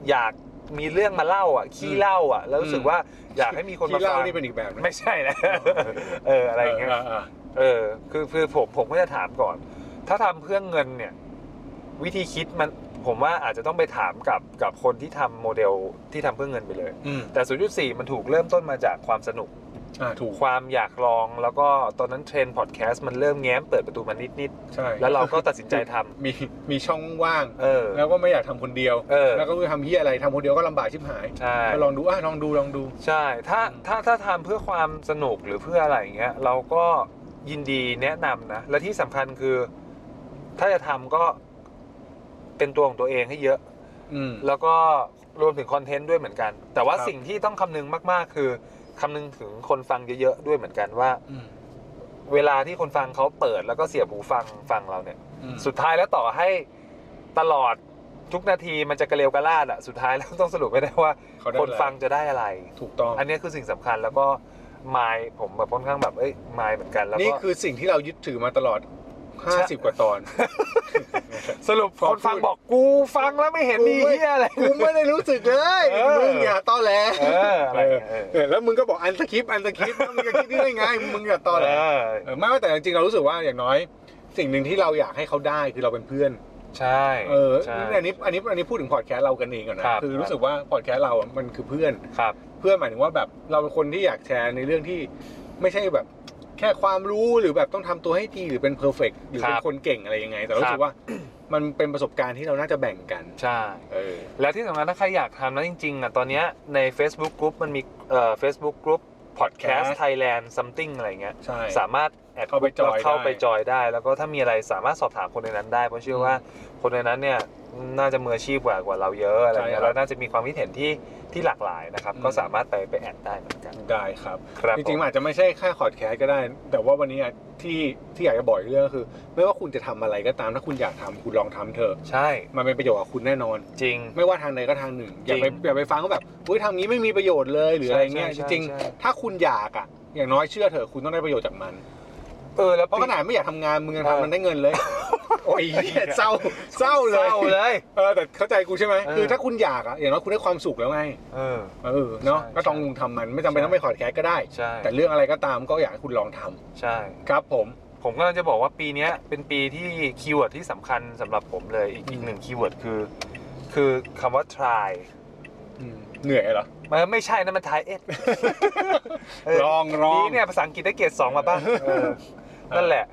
Speaker 2: อยากมีเรื่องมาเล่าอ่ะขี้เล่าอ่ะ แล้วรู้สึก
Speaker 1: อืม
Speaker 2: ว่าอยากให้มีคนมา
Speaker 1: ที่เล่า
Speaker 2: ฟัง
Speaker 1: นี่เป็นอีกแบบนะ
Speaker 2: ไม่ใช่
Speaker 1: (laughs)
Speaker 2: นะ เอออะไรอย่างเงี้ย
Speaker 1: า
Speaker 2: เออคือคือผมผมก็จะถามก่อน ถ้าทำเพื่อเงินเนี่ย วิธีคิดมันผมว่าอาจจะต้องไปถามกับกับคนที่ทำโมเดลที่ทำเพื่อเงินไปเลย
Speaker 1: ๆอืม
Speaker 2: แต่ 0.4 มันถูกเริ่มต้นมาจากความสนุก
Speaker 1: อ่าถูก
Speaker 2: ความอยากลอง แล้วก็ตอนนั้นเทรนด์พอดแคสต์มันเริ่มแง้มเปิดประตูมานิด
Speaker 1: ใช่
Speaker 2: ๆ แล้วเราก็ตัดสินใจทำ
Speaker 1: (laughs) มีมีช่องว่าง
Speaker 2: เออ
Speaker 1: แล้วก็ไม่อยากทำคนเดียว
Speaker 2: เออ
Speaker 1: แล้วก็ไม่รู้ทำเฮียอะไรทำคนเดียวก็ลำบากชิบหาย
Speaker 2: ใช่
Speaker 1: ก็ลองดูอ่ะลองดูลองดู
Speaker 2: ใช่ ถ้าถ้าถ้าทำเพื่อความสนุกหรือเพื่ออะไรอย่างเงี้ยเราก็ยินดีแนะนำนะ และที่สำคัญคือ ถ้าจะทำก็เป็นตัวของตัวเองให้เยอะ
Speaker 1: อืม
Speaker 2: แล้วก็รวมถึงคอนเทนต์ด้วยเหมือนกัน แต่ว่า
Speaker 1: ครับ
Speaker 2: สิ่งที่ต้องคำนึงมาก ๆ คือคำนึงถึงคนฟังเยอะ ๆ ด้วยเหมือนกันว่า
Speaker 1: อืม
Speaker 2: เวลาที่คนฟังเขาเปิดแล้วก็เสียบหูฟังฟังเราเนี่ย
Speaker 1: อืม
Speaker 2: สุดท้ายแล้วต่อให้ตลอดทุกนาทีมันจะกระเลวกระลาดอะสุดท้ายแล้ว (laughs) ต้องสรุปไม่ได้ว่า
Speaker 1: เขาได้
Speaker 2: คนฟังจะได้อะไร
Speaker 1: ถูกต้อง
Speaker 2: อันเนี้ยคือสิ่งสำคัญแล้วก็มายผมแบบค่อนข้างแบบเอ้ยมายเหมือนกันแล้ว
Speaker 1: นี่
Speaker 2: ก็
Speaker 1: คือสิ่งที่เรายึดถือมาตลอด 50 กว่าตอน
Speaker 2: สรุป
Speaker 1: ขอ
Speaker 2: ค
Speaker 1: พูด
Speaker 2: นฟังบอกกูฟังแล้วไม่เห็นมีเหี้ยอะไร
Speaker 1: กูไม่ได้รู้สึกเลย
Speaker 2: เออ
Speaker 1: มึงอย่าตอแหล
Speaker 2: เอออะไรเงี้ยเออ
Speaker 1: เออแล้วมึงก็บอกอันสคริปต์อันสคริปต์แล้วมึงจะคิดได้ไงมึงอย่าตอแหล
Speaker 2: เ
Speaker 1: เออไม่ว่าแต่จริงๆเรารู้สึกว่าอย่างน้อย สิ่งหนึ่งที่เราอยากให้เขาได้คือเราเป็นเพื่อน
Speaker 2: ใช่
Speaker 1: เออ
Speaker 2: ใช่
Speaker 1: อันนี้อันนี้อันนี้พูดถึงพอดแคสต์เรากันเองก่อนนะครับ คือรู้สึกว่าพอดแคสต์เราอ่ะมันคือเพื่อน
Speaker 2: ครับ
Speaker 1: เพื่อนหมายถึงว่าแบบเราเป็นคนที่อยากแชร์ในเรื่องที่ไม่ใช่แบบแค่ความรู้หรือแบบต้องทำตัวให้ดีหรือเป็นเพอร์เฟกหรือเป็
Speaker 2: คน รับ
Speaker 1: คนเก่งอะไรยังไง แต่
Speaker 2: ครั
Speaker 1: รู้
Speaker 2: บ
Speaker 1: สึกว่า มันเป็นประสบการณ์ที่เราน่าจะแบ่งกัน
Speaker 2: ใช่
Speaker 1: เออ
Speaker 2: แล้วที่สำคัญถ้าใครอยากทำนะจริงๆอ่ะตอนเนี้ยใน Facebook Group มันมีเอ่อ Facebook Group Podcast
Speaker 1: Podcast
Speaker 2: Thailand something อะไรเงี้ย
Speaker 1: ใช่
Speaker 2: สามารถแอด
Speaker 1: เข้าไปจอย
Speaker 2: แล้วเข้า
Speaker 1: ได้
Speaker 2: ไปจอยได้ แล้วก็ถ้ามีอะไรสามารถสอบถามคนในนั้นได้ เพราะเชื่อว่าคนในนั้นเนี่ยน่าจะมืออาชีพกว่ากว่าเราเยอะอะไรเงี้ยแล้วน่าจะมีความคิดเห็นที่ที่หลากหลายนะครับ ก็สามารถไปไปแอดได้เหมือนกัน
Speaker 1: ได้ครับ
Speaker 2: ครับ
Speaker 1: จริงๆ
Speaker 2: ผ
Speaker 1: มันอาจจะไม่ใช่แค่พอดแคสต์ก็ได้ แต่ว่าวันนี้อะที่ที่อยากจะบอกอีกเรื่องก็คือ ไม่ว่าคุณจะทำอะไรก็ตามถ้าคุณอยากทำคุณลองทำเถอะ
Speaker 2: ใช่
Speaker 1: มันเป็นประโยชน์กับคุณแน่นอน
Speaker 2: จริง
Speaker 1: ไม่ว่าทางใดก็ทางหนึ่ง อย่าไป
Speaker 2: จริง
Speaker 1: อย่าไปฟังว่าแบบเฮ้ยทำงี้ไม่มีประโยชน์เลยหรืออะไรเงี้ยจ
Speaker 2: ใช่ใช่
Speaker 1: ริง
Speaker 2: ใช่
Speaker 1: ๆถ้าคุณอยากอ่ะอย่างน้อยเชื่อเถอะคุณต้องได้ประโยชน์จากมัน
Speaker 2: เออแล้ว
Speaker 1: เพราะขนาดไม่อยากทำงานมึงยังทำมันได้เงินเลย
Speaker 2: (laughs)
Speaker 1: โอ้ยเหี้ยเศร้าเศร้าเลย
Speaker 2: เศร้าเลย
Speaker 1: เออแต่เข้าใจกูใช่ไหม
Speaker 2: เออ
Speaker 1: คือถ้าคุณอยากอะอย่างน้อยคุณได้ความสุขแล้วไง
Speaker 2: เออ
Speaker 1: เออเนาะ
Speaker 2: ใช่
Speaker 1: ก็ต้องลงทำมันไม่จำเป็น
Speaker 2: ใช่
Speaker 1: ต้องไปขอดแคสก็ได้
Speaker 2: ใช่
Speaker 1: แต่เรื่องอะไรก็ตามก็อยากให้คุณลองทำ
Speaker 2: ใช่
Speaker 1: ครับผม
Speaker 2: ผมกำลังจะบอกว่าปีเนี้ยเป็นปีที่คีย์เวิร์ดที่สำคัญสำหรับผมเลยอีก
Speaker 1: อืม
Speaker 2: อีกหนึ่งคีย์เวิร์ดคือ คือคำว่า try
Speaker 1: อืมเหนื่อยเหรอ
Speaker 2: มันไม่ใช่นะมัน try
Speaker 1: (laughs)
Speaker 2: it เ
Speaker 1: ลองลอง
Speaker 2: ดีเนี่ยภาษาอังกฤษได้เกรดสองมาบ้างเออนั่นแหละ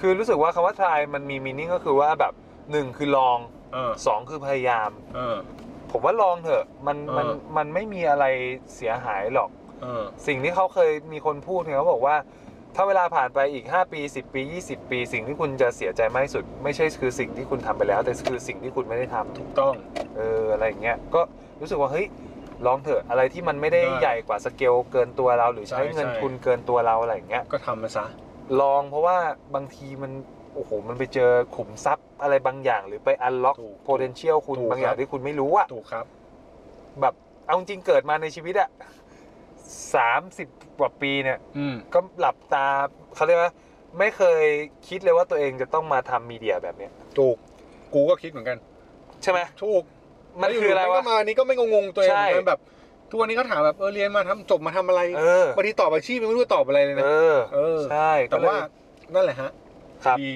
Speaker 2: คือรู้สึกว่าคำว่า try มันมีมินิ่งก็คือว่าแบบหนึ่งคือลอง
Speaker 1: เออ
Speaker 2: สองคือพยายาม
Speaker 1: เออ
Speaker 2: ผมว่าลองเถอะมันมัน
Speaker 1: เออ
Speaker 2: มันไม่มีอะไรเสียหายหรอก
Speaker 1: เออ
Speaker 2: สิ่งที่เขาเคยมีคนพูดเนี่ยเขาบอกว่า ถ้าเวลาผ่านไปอีก 5 ปี 10 ปี 20 ปี สิ่งที่คุณจะเสียใจมากที่สุด ไม่ใช่คือสิ่งที่คุณทำไปแล้ว แต่คือสิ่งที่คุณไม่ได้ทำ
Speaker 1: ถูกต้อง
Speaker 2: เอออะไรอย่างเงี้ยก็รู้สึกว่าเฮ้ย ลองเถอะอะไรที่มันไม่ได้
Speaker 1: ได้
Speaker 2: ใหญ่กว่าสเกลเกินตัวเรา หรือใช้
Speaker 1: ใช่
Speaker 2: เงิน
Speaker 1: ใช่
Speaker 2: ทุนเกินตัวเราอะไรอย่างเงี้ย
Speaker 1: ก็ทำมันซะ
Speaker 2: ลองเพราะว่าบางทีมันโอ้โหมันไปเจอขุมทรัพย์อะไรบางอย่าง หรือไป unlock
Speaker 1: ถูก
Speaker 2: potential คุณ
Speaker 1: ถูก
Speaker 2: บางอย่า
Speaker 1: ครั
Speaker 2: ง
Speaker 1: บ
Speaker 2: ที่คุณไม่รู้อะ
Speaker 1: ถูกครับ
Speaker 2: แบบเอาจริงเกิดมาในชีวิตอะสามสิบกว่าปีเนี่ย
Speaker 1: อืม
Speaker 2: ก็หลับตาเขาเรียกว่าไม่เคยคิดเลยว่าตัวเองจะต้องมาทำมีเดียแบบเนี้ย
Speaker 1: ถูก กูก็คิดเหมือนกัน
Speaker 2: ใช่ไหม
Speaker 1: ถูก
Speaker 2: มันคืออะไร
Speaker 1: แล้วยู่ๆ
Speaker 2: วะ
Speaker 1: ก็มานี่ก็ไม่งงๆตัวเอง
Speaker 2: ใช่
Speaker 1: มันแบบทุกวันนี้ก็ถามแบบเออเรียนมาทำจบมาทำอะไร
Speaker 2: เออบ
Speaker 1: างทีตอบอาชีพยังไม่รู้ตอบอะไรเลยนะ
Speaker 2: เออ
Speaker 1: เออ
Speaker 2: ใช่
Speaker 1: แต่ว่า
Speaker 2: ก็เลย
Speaker 1: นั่นแหละฮะ
Speaker 2: ครับ
Speaker 1: ดี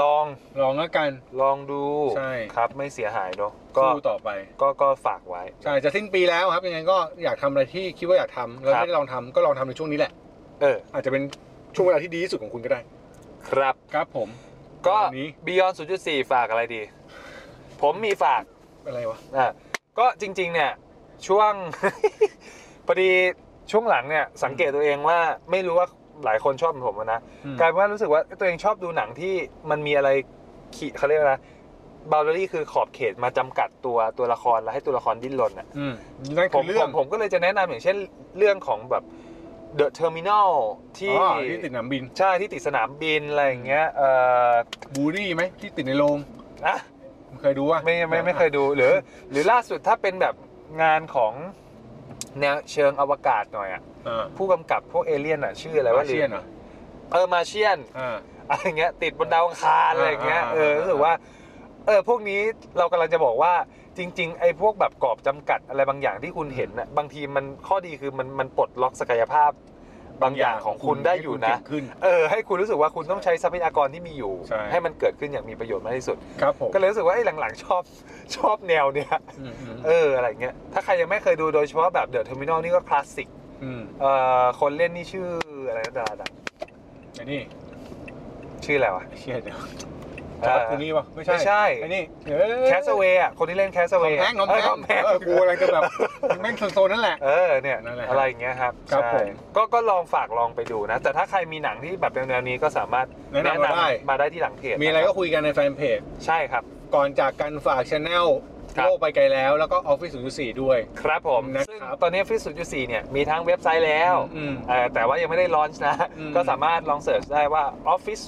Speaker 2: ลอง
Speaker 1: ลองแล้วกัน
Speaker 2: ลองดู
Speaker 1: ใช่
Speaker 2: ครับไม่เสียหายเนอะก็
Speaker 1: สู้ต่อไป
Speaker 2: ก็ก็ฝากไว้
Speaker 1: ใช่จะสิ้นปีแล้วครับยังไงก็อยากทำอะไรที่คิดว่าอยากทำแล้ว
Speaker 2: ครับ
Speaker 1: ไม่ได้ลองทำก็ลองทำในช่วงนี้แหละ
Speaker 2: เออ
Speaker 1: อาจจะเป็นช่วงเวลาที่ดีที่สุดของคุณก็ได้
Speaker 2: ครับ
Speaker 1: ครับผม
Speaker 2: ก็
Speaker 1: วันนี้
Speaker 2: Beyond 0.4 ฝากอะไรดี ผมมีฝาก
Speaker 1: อะไรวะ
Speaker 2: อ่ะก็จริง ๆ เนี่ย ช่วง (laughs) พอดีช่วงหลังเนี่ย สังเกตตัวเองว่าไม่รู้ว่าหลายคนชอบเหมือนผมอะนะ
Speaker 1: อืม
Speaker 2: กลายเป็นว่ารู้สึกว่าตัวเองชอบดูหนังที่มันมีอะไรขีดเขาเรียกอะไรบาวเดอรี่คือขอบเขตมาจำกัดตัวตัวละครและให้ตัวละครดิ้นรนอ่ะ
Speaker 1: อืมนั่น
Speaker 2: ผ
Speaker 1: คื
Speaker 2: ม
Speaker 1: อเรื่
Speaker 2: ผ
Speaker 1: อง
Speaker 2: มผมก็เลยจะแนะนำอย่างเช่นเรื่องของแบบ The Terminal ที่
Speaker 1: อ๋อที่ติดหนามบิน
Speaker 2: ใช่ที่ติดสนามบินอะไรอย่างเงี้ยเอ่อ
Speaker 1: บูรี่ไหมที่ติดในโรง
Speaker 2: อ่ะ
Speaker 1: เคยดูว่า
Speaker 2: ไม่ไม่ไม่เคยดูหรือ หรือล่าสุดถ้าเป็นแบบงานของแนวเชิงอวกาศหน่อยอ่ะ
Speaker 1: อ่า
Speaker 2: ผู้กำกับพวกเอเลี่ยนอ่ะชื่ออะไร
Speaker 1: แต่
Speaker 2: วะ
Speaker 1: ว่าเชียนเหรอ
Speaker 2: เออมาเชียน
Speaker 1: อ่า
Speaker 2: อะไรเงี้ยติดบนดาวอังคารอะไรอย่างเงี้ย
Speaker 1: อ่าอ่า
Speaker 2: เออ
Speaker 1: อ่า
Speaker 2: รู้สึกว่าเออพวกนี้เรากำลังจะบอกว่าจริง ๆ ไอ้พวกแบบกรอบจำกัดอะไรบางอย่างที่คุณเห็นน่ะบางทีมันข้อดีคือมันมันปลดล็อกศักยภาพบางอย่างของคุณได้อยู่นะ
Speaker 1: ให้คุณเก่งขึ้น
Speaker 2: เออให้คุณรู้สึกว่าคุณต้องใช้ทรัพยากรที่มีอยู่
Speaker 1: ใช่
Speaker 2: ให้มันเกิดขึ้นอย่างมีประโยชน์มากที่สุด
Speaker 1: ครับผม
Speaker 2: ก็เลยรู้สึกว่าไอ้หลังๆชอบชอบแนวเนี้ย
Speaker 1: อืมอืม
Speaker 2: เอออะไรเงี้ย ถ้าใครยังไม่เคยดูโดยเฉพาะแบบเดอะเทอร์มินอลนี่ก็คลาสสิก
Speaker 1: อืม
Speaker 2: เอ่อคนเล่นนี่ชื่ออะไรนะดารา
Speaker 1: ไอ้นี่
Speaker 2: ชื่ออะไรวะ
Speaker 1: เชียเดี๋ยวจ
Speaker 2: เออ
Speaker 1: อร์ดคลูนี่ปะไม่ใช่
Speaker 2: ไม่ใช่
Speaker 1: ไอ้นี่
Speaker 2: แคสเวย์อ่ะ คนที่เล่นแคส
Speaker 1: ทอม
Speaker 2: เวย์
Speaker 1: แฮงค์ทอมแฮง
Speaker 2: อม
Speaker 1: ค์
Speaker 2: แฮง
Speaker 1: เออกูอะไรกัน
Speaker 2: (laughs)
Speaker 1: แบบแม่งโซนๆนั่นแหละ
Speaker 2: เออเนี่ย
Speaker 1: นั่นแหละ
Speaker 2: อะไรอย่างเงี้ยครับ
Speaker 1: ครับ
Speaker 2: ใช่
Speaker 1: ผม
Speaker 2: ก็ก็ลองฝากลองไปดูนะ แต่ถ้าใครมีหนังที่แบบแนวๆนี้ก็สามารถ
Speaker 1: แนะนำมาได้
Speaker 2: มาได้ที่หลังเพจ
Speaker 1: มีอะไรก็คุยกันในแฟนเพจ
Speaker 2: ใช่ครับ
Speaker 1: ก่อนจากกันฝากช anel
Speaker 2: ครับ
Speaker 1: โลกไปไกลแล้วแล้วก็ออฟฟิศศูนย์สี่ด้วย
Speaker 2: ครับผม
Speaker 1: นะครับ
Speaker 2: ซึ่งตอนนี้ฟิส0.4เนี่ยมีทั้งเว็บไซต์แล้ว
Speaker 1: อืม
Speaker 2: เออแต่ว่ายังไม่ได้ลอนช์นะ
Speaker 1: อืม
Speaker 2: ก็สามารถลองเสิร์ชได้ว่า office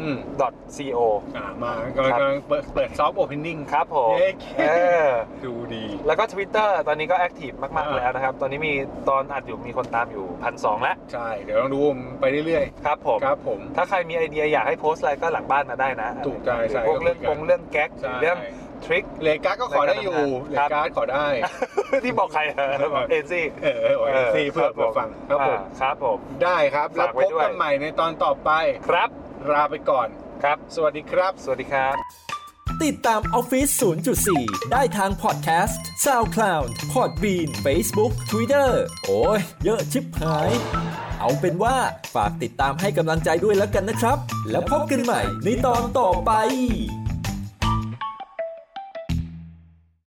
Speaker 1: อืม
Speaker 2: 0 4 co
Speaker 1: อ่ามากำลังกำลังเปิดเปิดซอฟต์โอเพนนิ่ง
Speaker 2: ครับผม
Speaker 1: เย้
Speaker 2: เออ
Speaker 1: ดูดี
Speaker 2: แล้วก็ Twitter ตอนนี้ก็แอคทีฟมาก
Speaker 1: อ่า
Speaker 2: ๆ แล้วนะครับ ตอนนี้มีตอนอัดอยู่มีคนตามอยู่พันสองแล้ว
Speaker 1: ใช่ เดี๋ยวลองดูไปเรื่อย
Speaker 2: ครับผม
Speaker 1: ๆ ครับผม
Speaker 2: ถ้าใครมีไอเดียอยากให้โพสต์อะไรก็หลังบ้านมาได้นะ
Speaker 1: ถูกใจ
Speaker 2: หรือ
Speaker 1: ใช่
Speaker 2: พวกเรื่อง
Speaker 1: ก็
Speaker 2: ก
Speaker 1: คุ
Speaker 2: ง
Speaker 1: ยกัน
Speaker 2: เรื่องแก๊กห
Speaker 1: ใช่
Speaker 2: รือเรื่องทริค
Speaker 1: เลการ์ดก็ขอได้อยู่เล
Speaker 2: ครับ
Speaker 1: การ์ดขอได้
Speaker 2: (laughs) ที่บอกใครอะ
Speaker 1: เออ
Speaker 2: บอกเอนซี่
Speaker 1: เออโอ้ยซีเพื่อเพื่อฟังครับผม
Speaker 2: อ่าครับผม
Speaker 1: ได้ครับ แล้ว
Speaker 2: ฝากไว้
Speaker 1: พบ
Speaker 2: ด้วย
Speaker 1: กันใหม่ในตอนต่อไป
Speaker 2: ครับ
Speaker 1: ลาไปก่อน
Speaker 2: ครับ
Speaker 1: สวัสดีครับ
Speaker 2: สวัสดีครับ
Speaker 3: ติดตามออฟฟิศ0.4 ได้ทางพอดแคสต์ SoundCloud Podbean Facebook Twitter โอ้ย เยอะชิบหาย เอาเป็นว่าฝากติดตามให้กำลังใจด้วยแล้วกันนะครับ แล้วพบกันใหม่ในตอนต่อไป